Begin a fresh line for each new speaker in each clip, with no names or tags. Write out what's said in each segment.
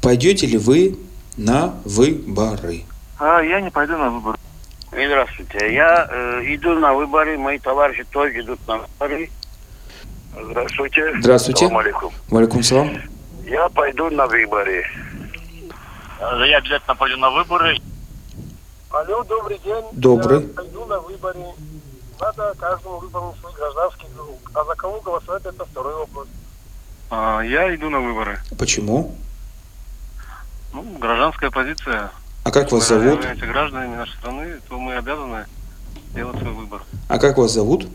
Пойдете ли вы на выборы?
А, я не пойду на выборы.
И Здравствуйте. Я э, иду на выборы, мои товарищи тоже идут на выборы.
Здравствуйте.
Здравствуйте.
Салам алейкум.
Валикум салам.
Я пойду на выборы.
Э, Я обязательно пойду на выборы.
Алло, добрый день.
Добрый.
Я пойду на выборы. Надо каждому выбрать свой гражданский круг. А за кого голосовать, это второй вопрос.
А, я иду на выборы.
Почему?
Ну, гражданская позиция.
А как вас
Если вы
зовут?
являетесь гражданами нашей страны, то мы обязаны делать свой выбор.
А как вас зовут?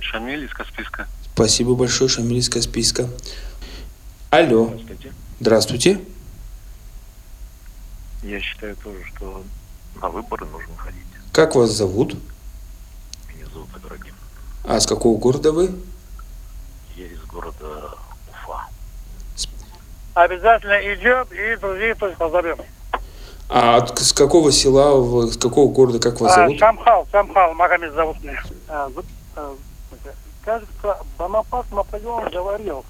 Шамиль из Каспийска.
Спасибо большое, Шамиль из Каспийска. Алло,
Здравствуйте.
здравствуйте.
Я считаю тоже, что на выборы нужно ходить.
Как вас зовут?
Меня зовут Ибрагим.
А с какого города вы?
Я из города Уфа.
Обязательно идем и друзей тоже позовем.
А от- с какого села, вы- с какого города, как вас зовут?
А, Шамхал, Шамхал, Магомед зовут меня. А, Кажется, Бонапарт Наполеон говорил,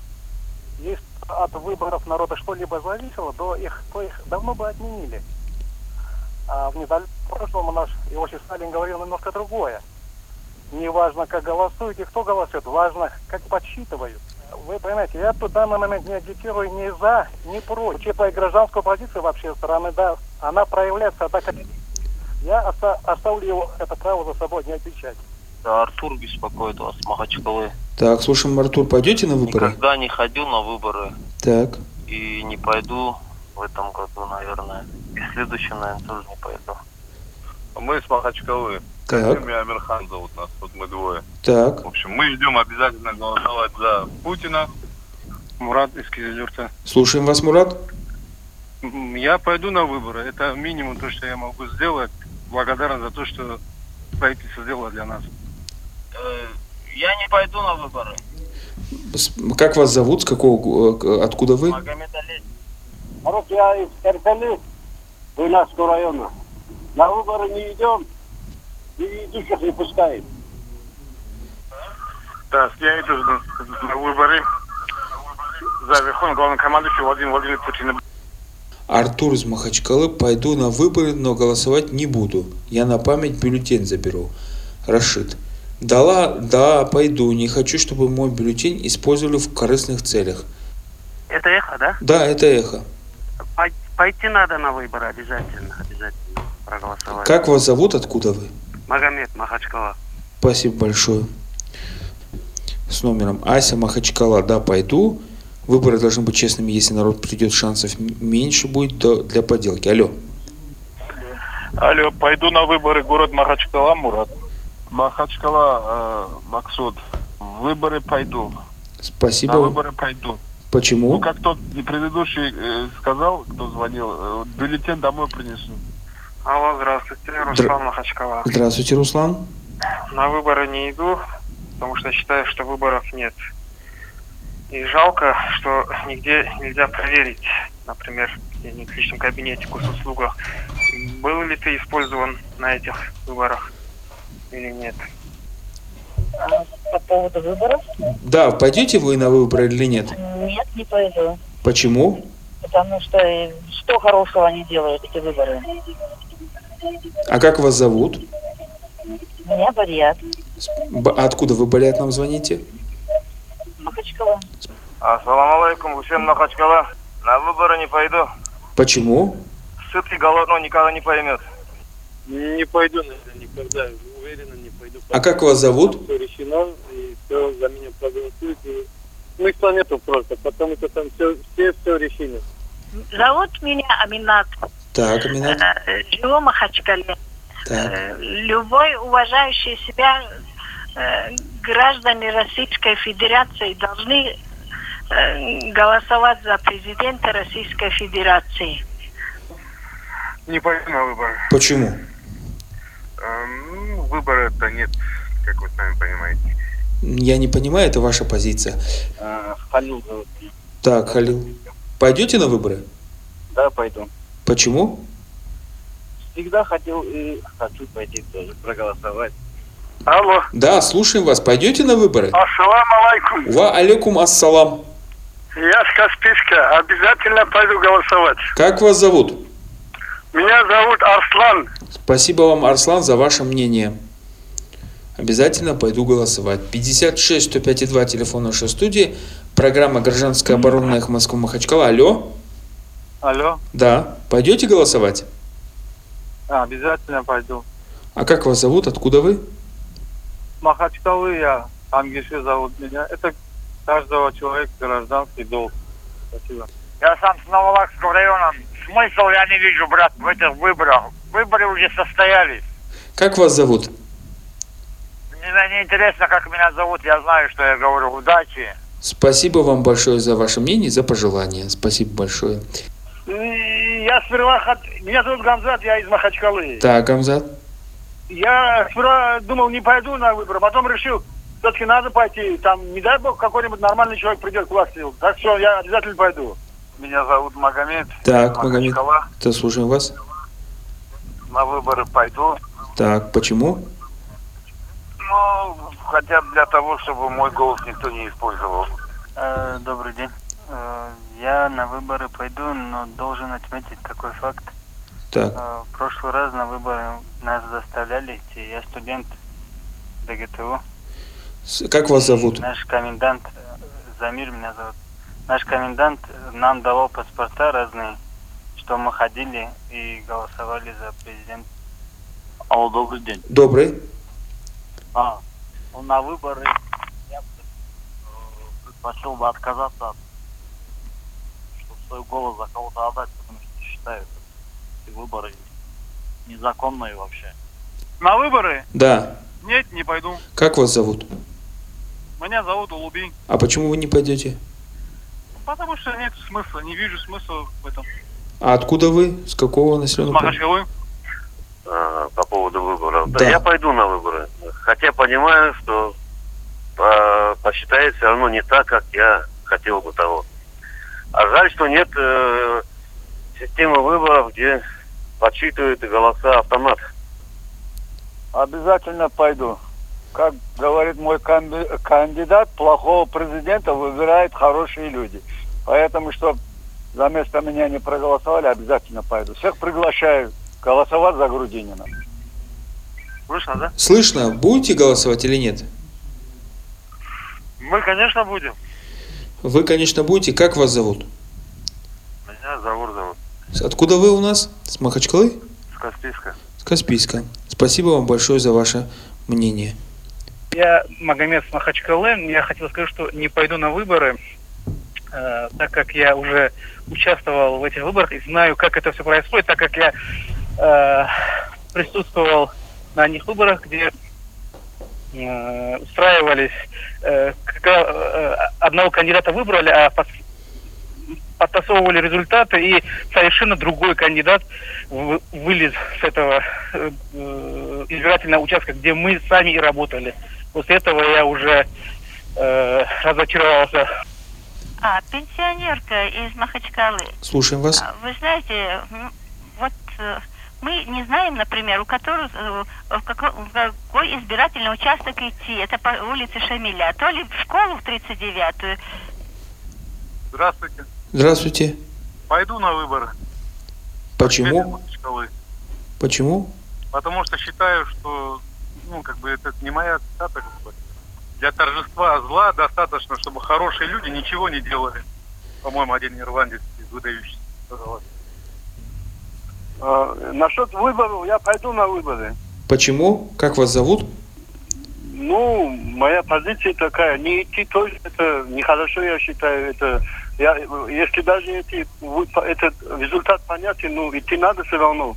если от выборов народа что-либо зависело, то их, то их давно бы отменили. А в недалеком прошлом наш Иосиф Сталин говорил немножко другое. Не важно, как голосуют и кто голосует, важно, как подсчитывают. Вы понимаете, я тут в данный момент не агитирую ни за, ни против. Учитывая гражданскую позицию вообще стороны, да, она проявляется, а так как я оста- оставлю его это право за собой не отвечать.
Артур беспокоит вас, Махачкалы.
Так, слушаем, Артур, пойдете на выборы?
Никогда не ходил на выборы
Так.
и не пойду в этом году, наверное. И в следующем, наверное, тоже не пойду.
Мы с Махачкалы.
Так,
Меня Амирхан зовут нас, вот мы двое.
так.
В общем, мы идем обязательно голосовать за Путина.
Мурат из Кизилюрта.
Слушаем вас, Мурат.
М, Я пойду на выборы. Это минимум то, что я могу сделать. Благодарен за то, что правительство сделало для нас.
Э, Я не пойду на выборы.
С- Как вас зовут, с какого, го- к- откуда вы?
Магомед Али.
Народ, я из Эрдели, Буйнакского района. На выборы не идем, и идущих не пускаем.
Да, я иду на на выборы за верховного главнокомандующего Владимира Владимировича Путина.
Артур из Махачкалы. Пойду на выборы, но голосовать не буду. Я на память бюллетень заберу. Рашид. Дала, да, пойду. Не хочу, чтобы мой бюллетень использовали в корыстных целях.
Это эхо, да?
Да, это эхо.
Пой- Пойти надо на выборы обязательно, обязательно проголосовать.
Как вас зовут, откуда вы?
Магомед Махачкала.
Спасибо большое. С номером Ася Махачкала, да, пойду. Выборы должны быть честными, если народ придет, шансов м- меньше будет до- для поделки. Алло.
Алло, пойду на выборы город Махачкала, Мурат. Махачкала, э, Максуд. Выборы пойду.
Спасибо.
пойду.
Почему?
Ну, как тот предыдущий э, сказал, кто звонил, э, бюллетень домой принесу.
Алло, здравствуйте, Руслан
Здра-
Махачкала.
Здравствуйте, Руслан.
На выборы не иду, потому что считаю, что выборов нет. И жалко, что нигде нельзя проверить, например, где-нибудь в личном кабинете госуслуга, был ли ты использован на этих выборах или нет.
А, По поводу выборов?
Да, пойдете вы на выборы или нет?
Нет, не пойду.
Почему?
Потому что э, что хорошего они делают, эти выборы?
А как вас зовут?
Меня болят.
Б- откуда вы, болят, нам звоните?
Махачкала.
Ассаламу алейкум, Гусен Махачкала. На выборы не пойду.
Почему?
Сытый голодного никогда не поймет.
Не пойду, наверное, никогда. Уверенно не пойду.
А как вас зовут?
все решено, и все за меня проголосуют. И... Смысла нету просто, потому что там все, все, все решили.
Зовут меня Аминат. Э,
Так, Аминат.
Живу в Махачкале. Э,
Так.
Любой уважающий себя э, граждане Российской Федерации должны э, голосовать за президента Российской Федерации.
Не пойду на выборы.
Почему?
Эм, ну, выбора-то нет, как вы сами понимаете.
Я не понимаю, это ваша позиция.
А, Халил зовут.
Так, Халил. Пойдете на выборы?
Да, пойду.
Почему?
Всегда хотел и хочу пойти тоже проголосовать.
Алло,
Да, слушаем вас. Пойдете на выборы?
ассалам алейкум.
Ва алейкум ассалам.
Я с Каспийска. Обязательно пойду голосовать.
Как вас зовут?
Меня зовут Арслан.
Спасибо вам, Арслан, за ваше мнение. Обязательно пойду голосовать. 56 105 2 телефон нашей студии. Программа «Гражданская оборона» их Москва Махачкала. Алло?
Алло,
Да. Пойдете голосовать?
А, обязательно пойду.
А как вас зовут? Откуда вы?
Махачкалы я, Ангиши зовут меня. Это каждого человека гражданский долг. Спасибо.
Я сам с Новолакского района. Смысл я не вижу, брат, в этих выборах. Выборы уже состоялись.
Как вас зовут?
Мне неинтересно, как меня зовут. Я знаю, что я говорю. Удачи.
Спасибо вам большое за ваше мнение и за пожелания. Спасибо большое.
Я сперва... хот- Меня зовут Гамзат, я из Махачкалы.
Так, Амзат.
Я сперва думал, не пойду на выборы, потом решил, все-таки надо пойти. Там, не дай бог, какой-нибудь нормальный человек придет к власти. Так что я обязательно пойду.
Меня зовут Магомед.
Так, Магомед,
Махачкала.
то слушаем вас.
На выборы пойду.
Так, почему?
Ну, хотя бы для того, чтобы мой голос никто не использовал.
Э, Добрый день. Э, Я на выборы пойду, но должен отметить такой факт.
Так,
Э, В прошлый раз на выборы нас заставляли идти. Я студент ДГТУ.
с- как вас зовут?
Наш комендант, э, Замир меня зовут. Наш комендант э, нам давал паспорта разные, что мы ходили и голосовали за президента.
Алло, добрый день.
Добрый.
А, на выборы я предпочел бы отказаться от чтобы свой голос за кого-то отдать, потому что считаю эти выборы незаконные вообще.
На выборы?
Да.
Нет, не пойду.
Как вас зовут?
Меня зовут Улуби.
А почему вы не пойдете?
Потому что нет смысла, не вижу смысла в этом.
А откуда вы? С какого населенного пункта?
Махачкалы?
Э, по поводу выборов. Да.
Да.
я пойду на выборы. Хотя понимаю, что э, посчитает все равно не так, как я хотел бы того. А жаль, что нет э, системы выборов, где подсчитывают голоса автомат.
Обязательно пойду. Как говорит мой канди- кандидат, плохого президента выбирают хорошие люди. Поэтому, чтобы за место меня не проголосовали, обязательно пойду. Всех приглашаю голосовать за Грудинина.
Слышно, да?
Слышно, будете голосовать или нет?
Мы, конечно, будем.
Вы, конечно, будете. Как вас зовут?
Меня зовут зовут.
С- Откуда вы у нас? С Махачкалы?
С Каспийска.
С Каспийска. Спасибо вам большое за ваше мнение.
Я Магомед с Махачкалы. Я хотел сказать, что не пойду на выборы, э, так как я уже участвовал в этих выборах и знаю, как это все происходит, так как я э, присутствовал на них выборах, где э, устраивались, э, когда э, одного кандидата выбрали, а пос- подтасовывали результаты, и совершенно другой кандидат вы- вылез с этого э, э, избирательного участка, где мы сами и работали. После этого я уже э, разочаровался.
А, пенсионерка из Махачкалы.
Слушаем вас.
А, Вы знаете, м, вот э, мы не знаем, например, у которого, э, в како- в какой избирательный участок идти. Это по улице Шамиля. То ли в школу в 39-ю.
Здравствуйте.
Здравствуйте.
Пойду на выборы. Опять из
Почему?
Махачкалы.
Почему?
Потому что считаю, что ну, как бы это не моя цитата. Как бы. Для торжества зла достаточно, чтобы хорошие люди ничего не делали. По-моему, один ирландец из выдающихся. сказал.
Э, насчет выборов, я пойду на выборы.
Почему? Как вас зовут?
Ну, моя позиция такая, не идти тоже, это нехорошо, я считаю, это... Я, э, если даже идти, вы- этот результат понятен, ну, идти надо все равно.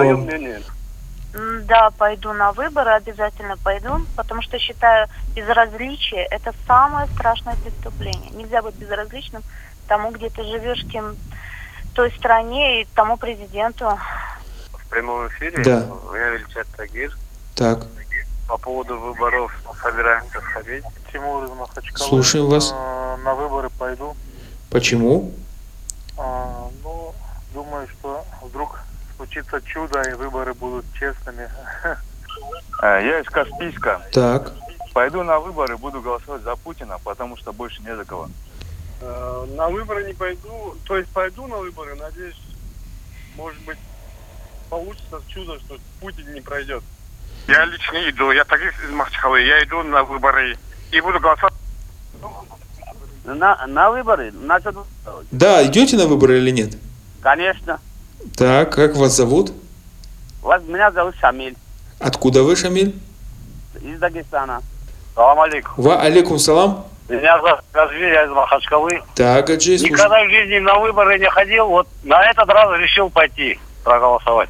это мое
вам.
мнение.
М, Да, пойду на выборы, обязательно пойду, потому что считаю, безразличие – это самое страшное преступление. Нельзя быть безразличным тому, где ты живешь, кем той стране и тому президенту.
В прямом эфире
Да.
меня величат Тагир.
Так,
По поводу выборов собираемся сходить. Тимур из Махачкалы.
Слушаем вас.
Э, На выборы пойду.
почему?
А, ну, думаю, что вдруг случится чудо и выборы будут честными.
Э,
Я из Каспийска.
Так,
Пойду на выборы, буду голосовать за Путина, потому что больше не за кого.
Э, На выборы не пойду, то есть пойду на выборы, надеюсь, может быть, получится чудо, что Путин не пройдет.
Я лично иду, я так из Махачкалы, я иду на выборы и буду голосовать.
На, на выборы? Насчет...
Да, идете на выборы или нет?
Конечно.
Так, как вас зовут?
Вас, меня зовут Шамиль
Откуда вы, Шамиль?
из Дагестана.
Салам алейкум.
Ва алейкум салам.
Меня зовут Газвиль, я из Махачкалы.
Так, Аджи, слушаю.
Никогда в жизни на выборы не ходил, вот на этот раз решил пойти проголосовать.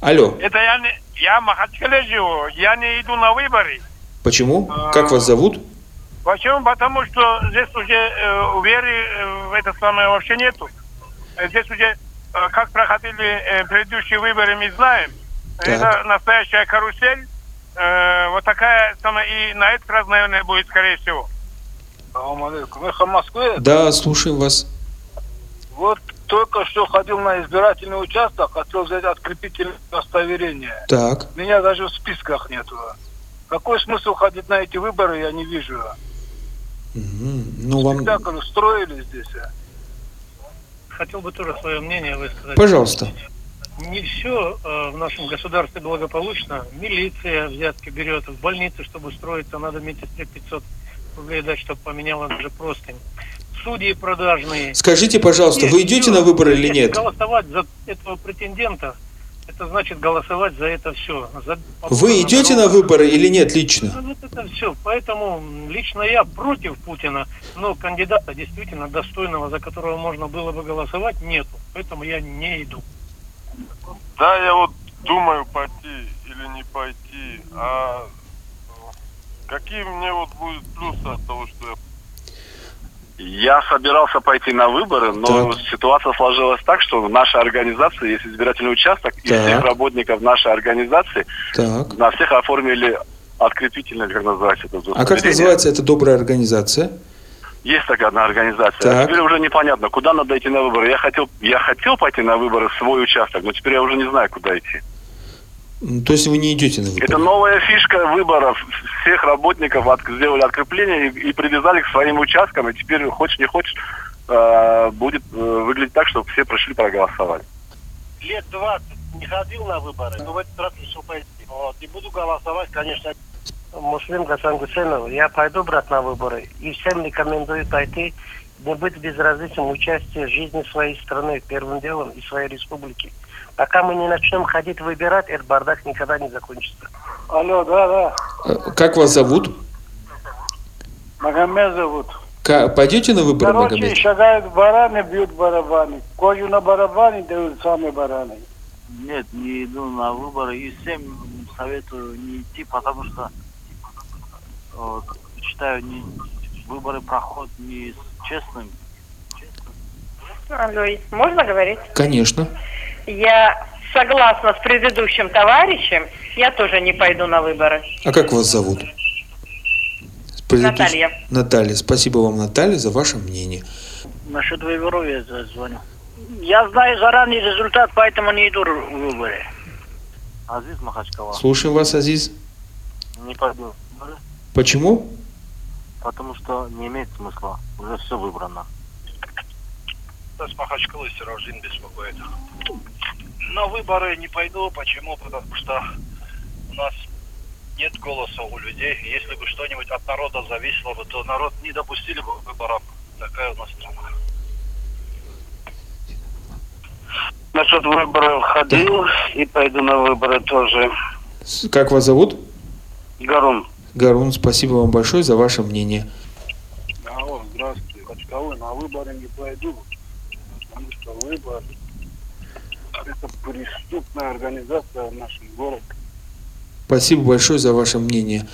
Алло,
Это я не... Я в Махачкале живу, я не иду на выборы.
почему? Как вас зовут?
Почему? Потому что здесь уже э, веры э, в это самое вообще нету. Э, Здесь уже, э, как проходили э, предыдущие выборы, мы знаем. Это настоящая карусель. Э, вот такая самая и на этот раз, наверное, будет, скорее всего.
Вы из Москвы?
Да, слушаем вас.
Вот только что ходил на избирательный участок, хотел взять открепительное удостоверение.
Так.
Меня даже в списках нету. Какой смысл ходить на эти выборы, я не вижу.
Мгм. Ну, вам...
Так устроили здесь.
Хотел бы тоже свое мнение высказать.
Пожалуйста.
Не все в нашем государстве благополучно. Милиция взятки берет, в больнице, чтобы устроиться, надо медсестре 500 рублей дать, чтобы поменяла даже простынь. Судьи продажные.
Скажите, пожалуйста, вы
Нет,
идете
всё.
на выборы или
Если
нет?
Голосовать за этого претендента, это значит голосовать за это все.
Вы идете на выборы или нет лично?
Ну, вот это все. Поэтому м, лично я против Путина, но кандидата действительно достойного, за которого можно было бы голосовать, нету. Поэтому я не иду.
Да, я вот думаю пойти или не пойти, а э, какие мне вот будут плюсы от того, что я
Я собирался пойти на выборы, но ситуация сложилась так, что в нашей организации есть избирательный участок, и
Так.
всех работников нашей организации
Так.
на всех оформили открепительное, как называется это
А как
удостоверение.
называется эта добрая организация?
Есть такая одна организация.
Так.
Теперь уже непонятно, куда надо идти на выборы. Я хотел, я хотел пойти на выборы в свой участок, но теперь я уже не знаю, куда идти.
М, То есть вы не идете на выборы?
Это новая фишка выборов. Всех работников от- сделали открепление и, и привязали к своим участкам. И теперь, хочешь не хочешь, э, будет э, выглядеть так, чтобы все пришли проголосовали.
Лет 20 не ходил на выборы, но в этот раз решил пойти. Вот. И буду голосовать, конечно.
Муслим Гасангусенов, я пойду, брат, на выборы. И всем рекомендую пойти, не быть безразличным участию в жизни своей страны, первым делом, и своей республики. Пока мы не начнем ходить выбирать, этот бардак никогда не закончится.
Алло, да, да.
Э, Как вас зовут?
Магомед зовут.
Ка- Пойдете на выборы,
Короче,
Магомед?
шагают бараны, бьют барабаны. Кожу на барабане дают сами бараны.
Нет, не иду на выборы. И всем советую не идти, потому что э, считаю, не, выборы проходят не с честным.
Алло, можно говорить?
Конечно.
Я согласна с предыдущим товарищем, я тоже не пойду на выборы.
А как вас зовут?
Наталья.
Наталья. Спасибо вам, Наталья, за ваше мнение.
Насчет выборов я за- звоню. Я знаю заранее результат, поэтому не иду в выборы.
Азиз Махачкала.
Слушаем вас, Азиз.
Не пойду.
Почему?
Потому что не имеет смысла. Уже все выбрано.
С Махачкалы Сирожин беспокоит. На выборы не пойду. Почему? Потому что у нас нет голоса у людей. Если бы что-нибудь от народа зависело бы, то народ не допустили бы к выборам. Такая у нас страна.
Насчет выборов ходил и пойду на выборы тоже.
С- Как вас зовут?
Гарун.
Гарун, спасибо вам большое за ваше мнение.
Алло, здравствуйте. Махачкалы на выборы не пойду. Потому что выборы это преступная организация в нашем городе.
Спасибо большое за ваше мнение.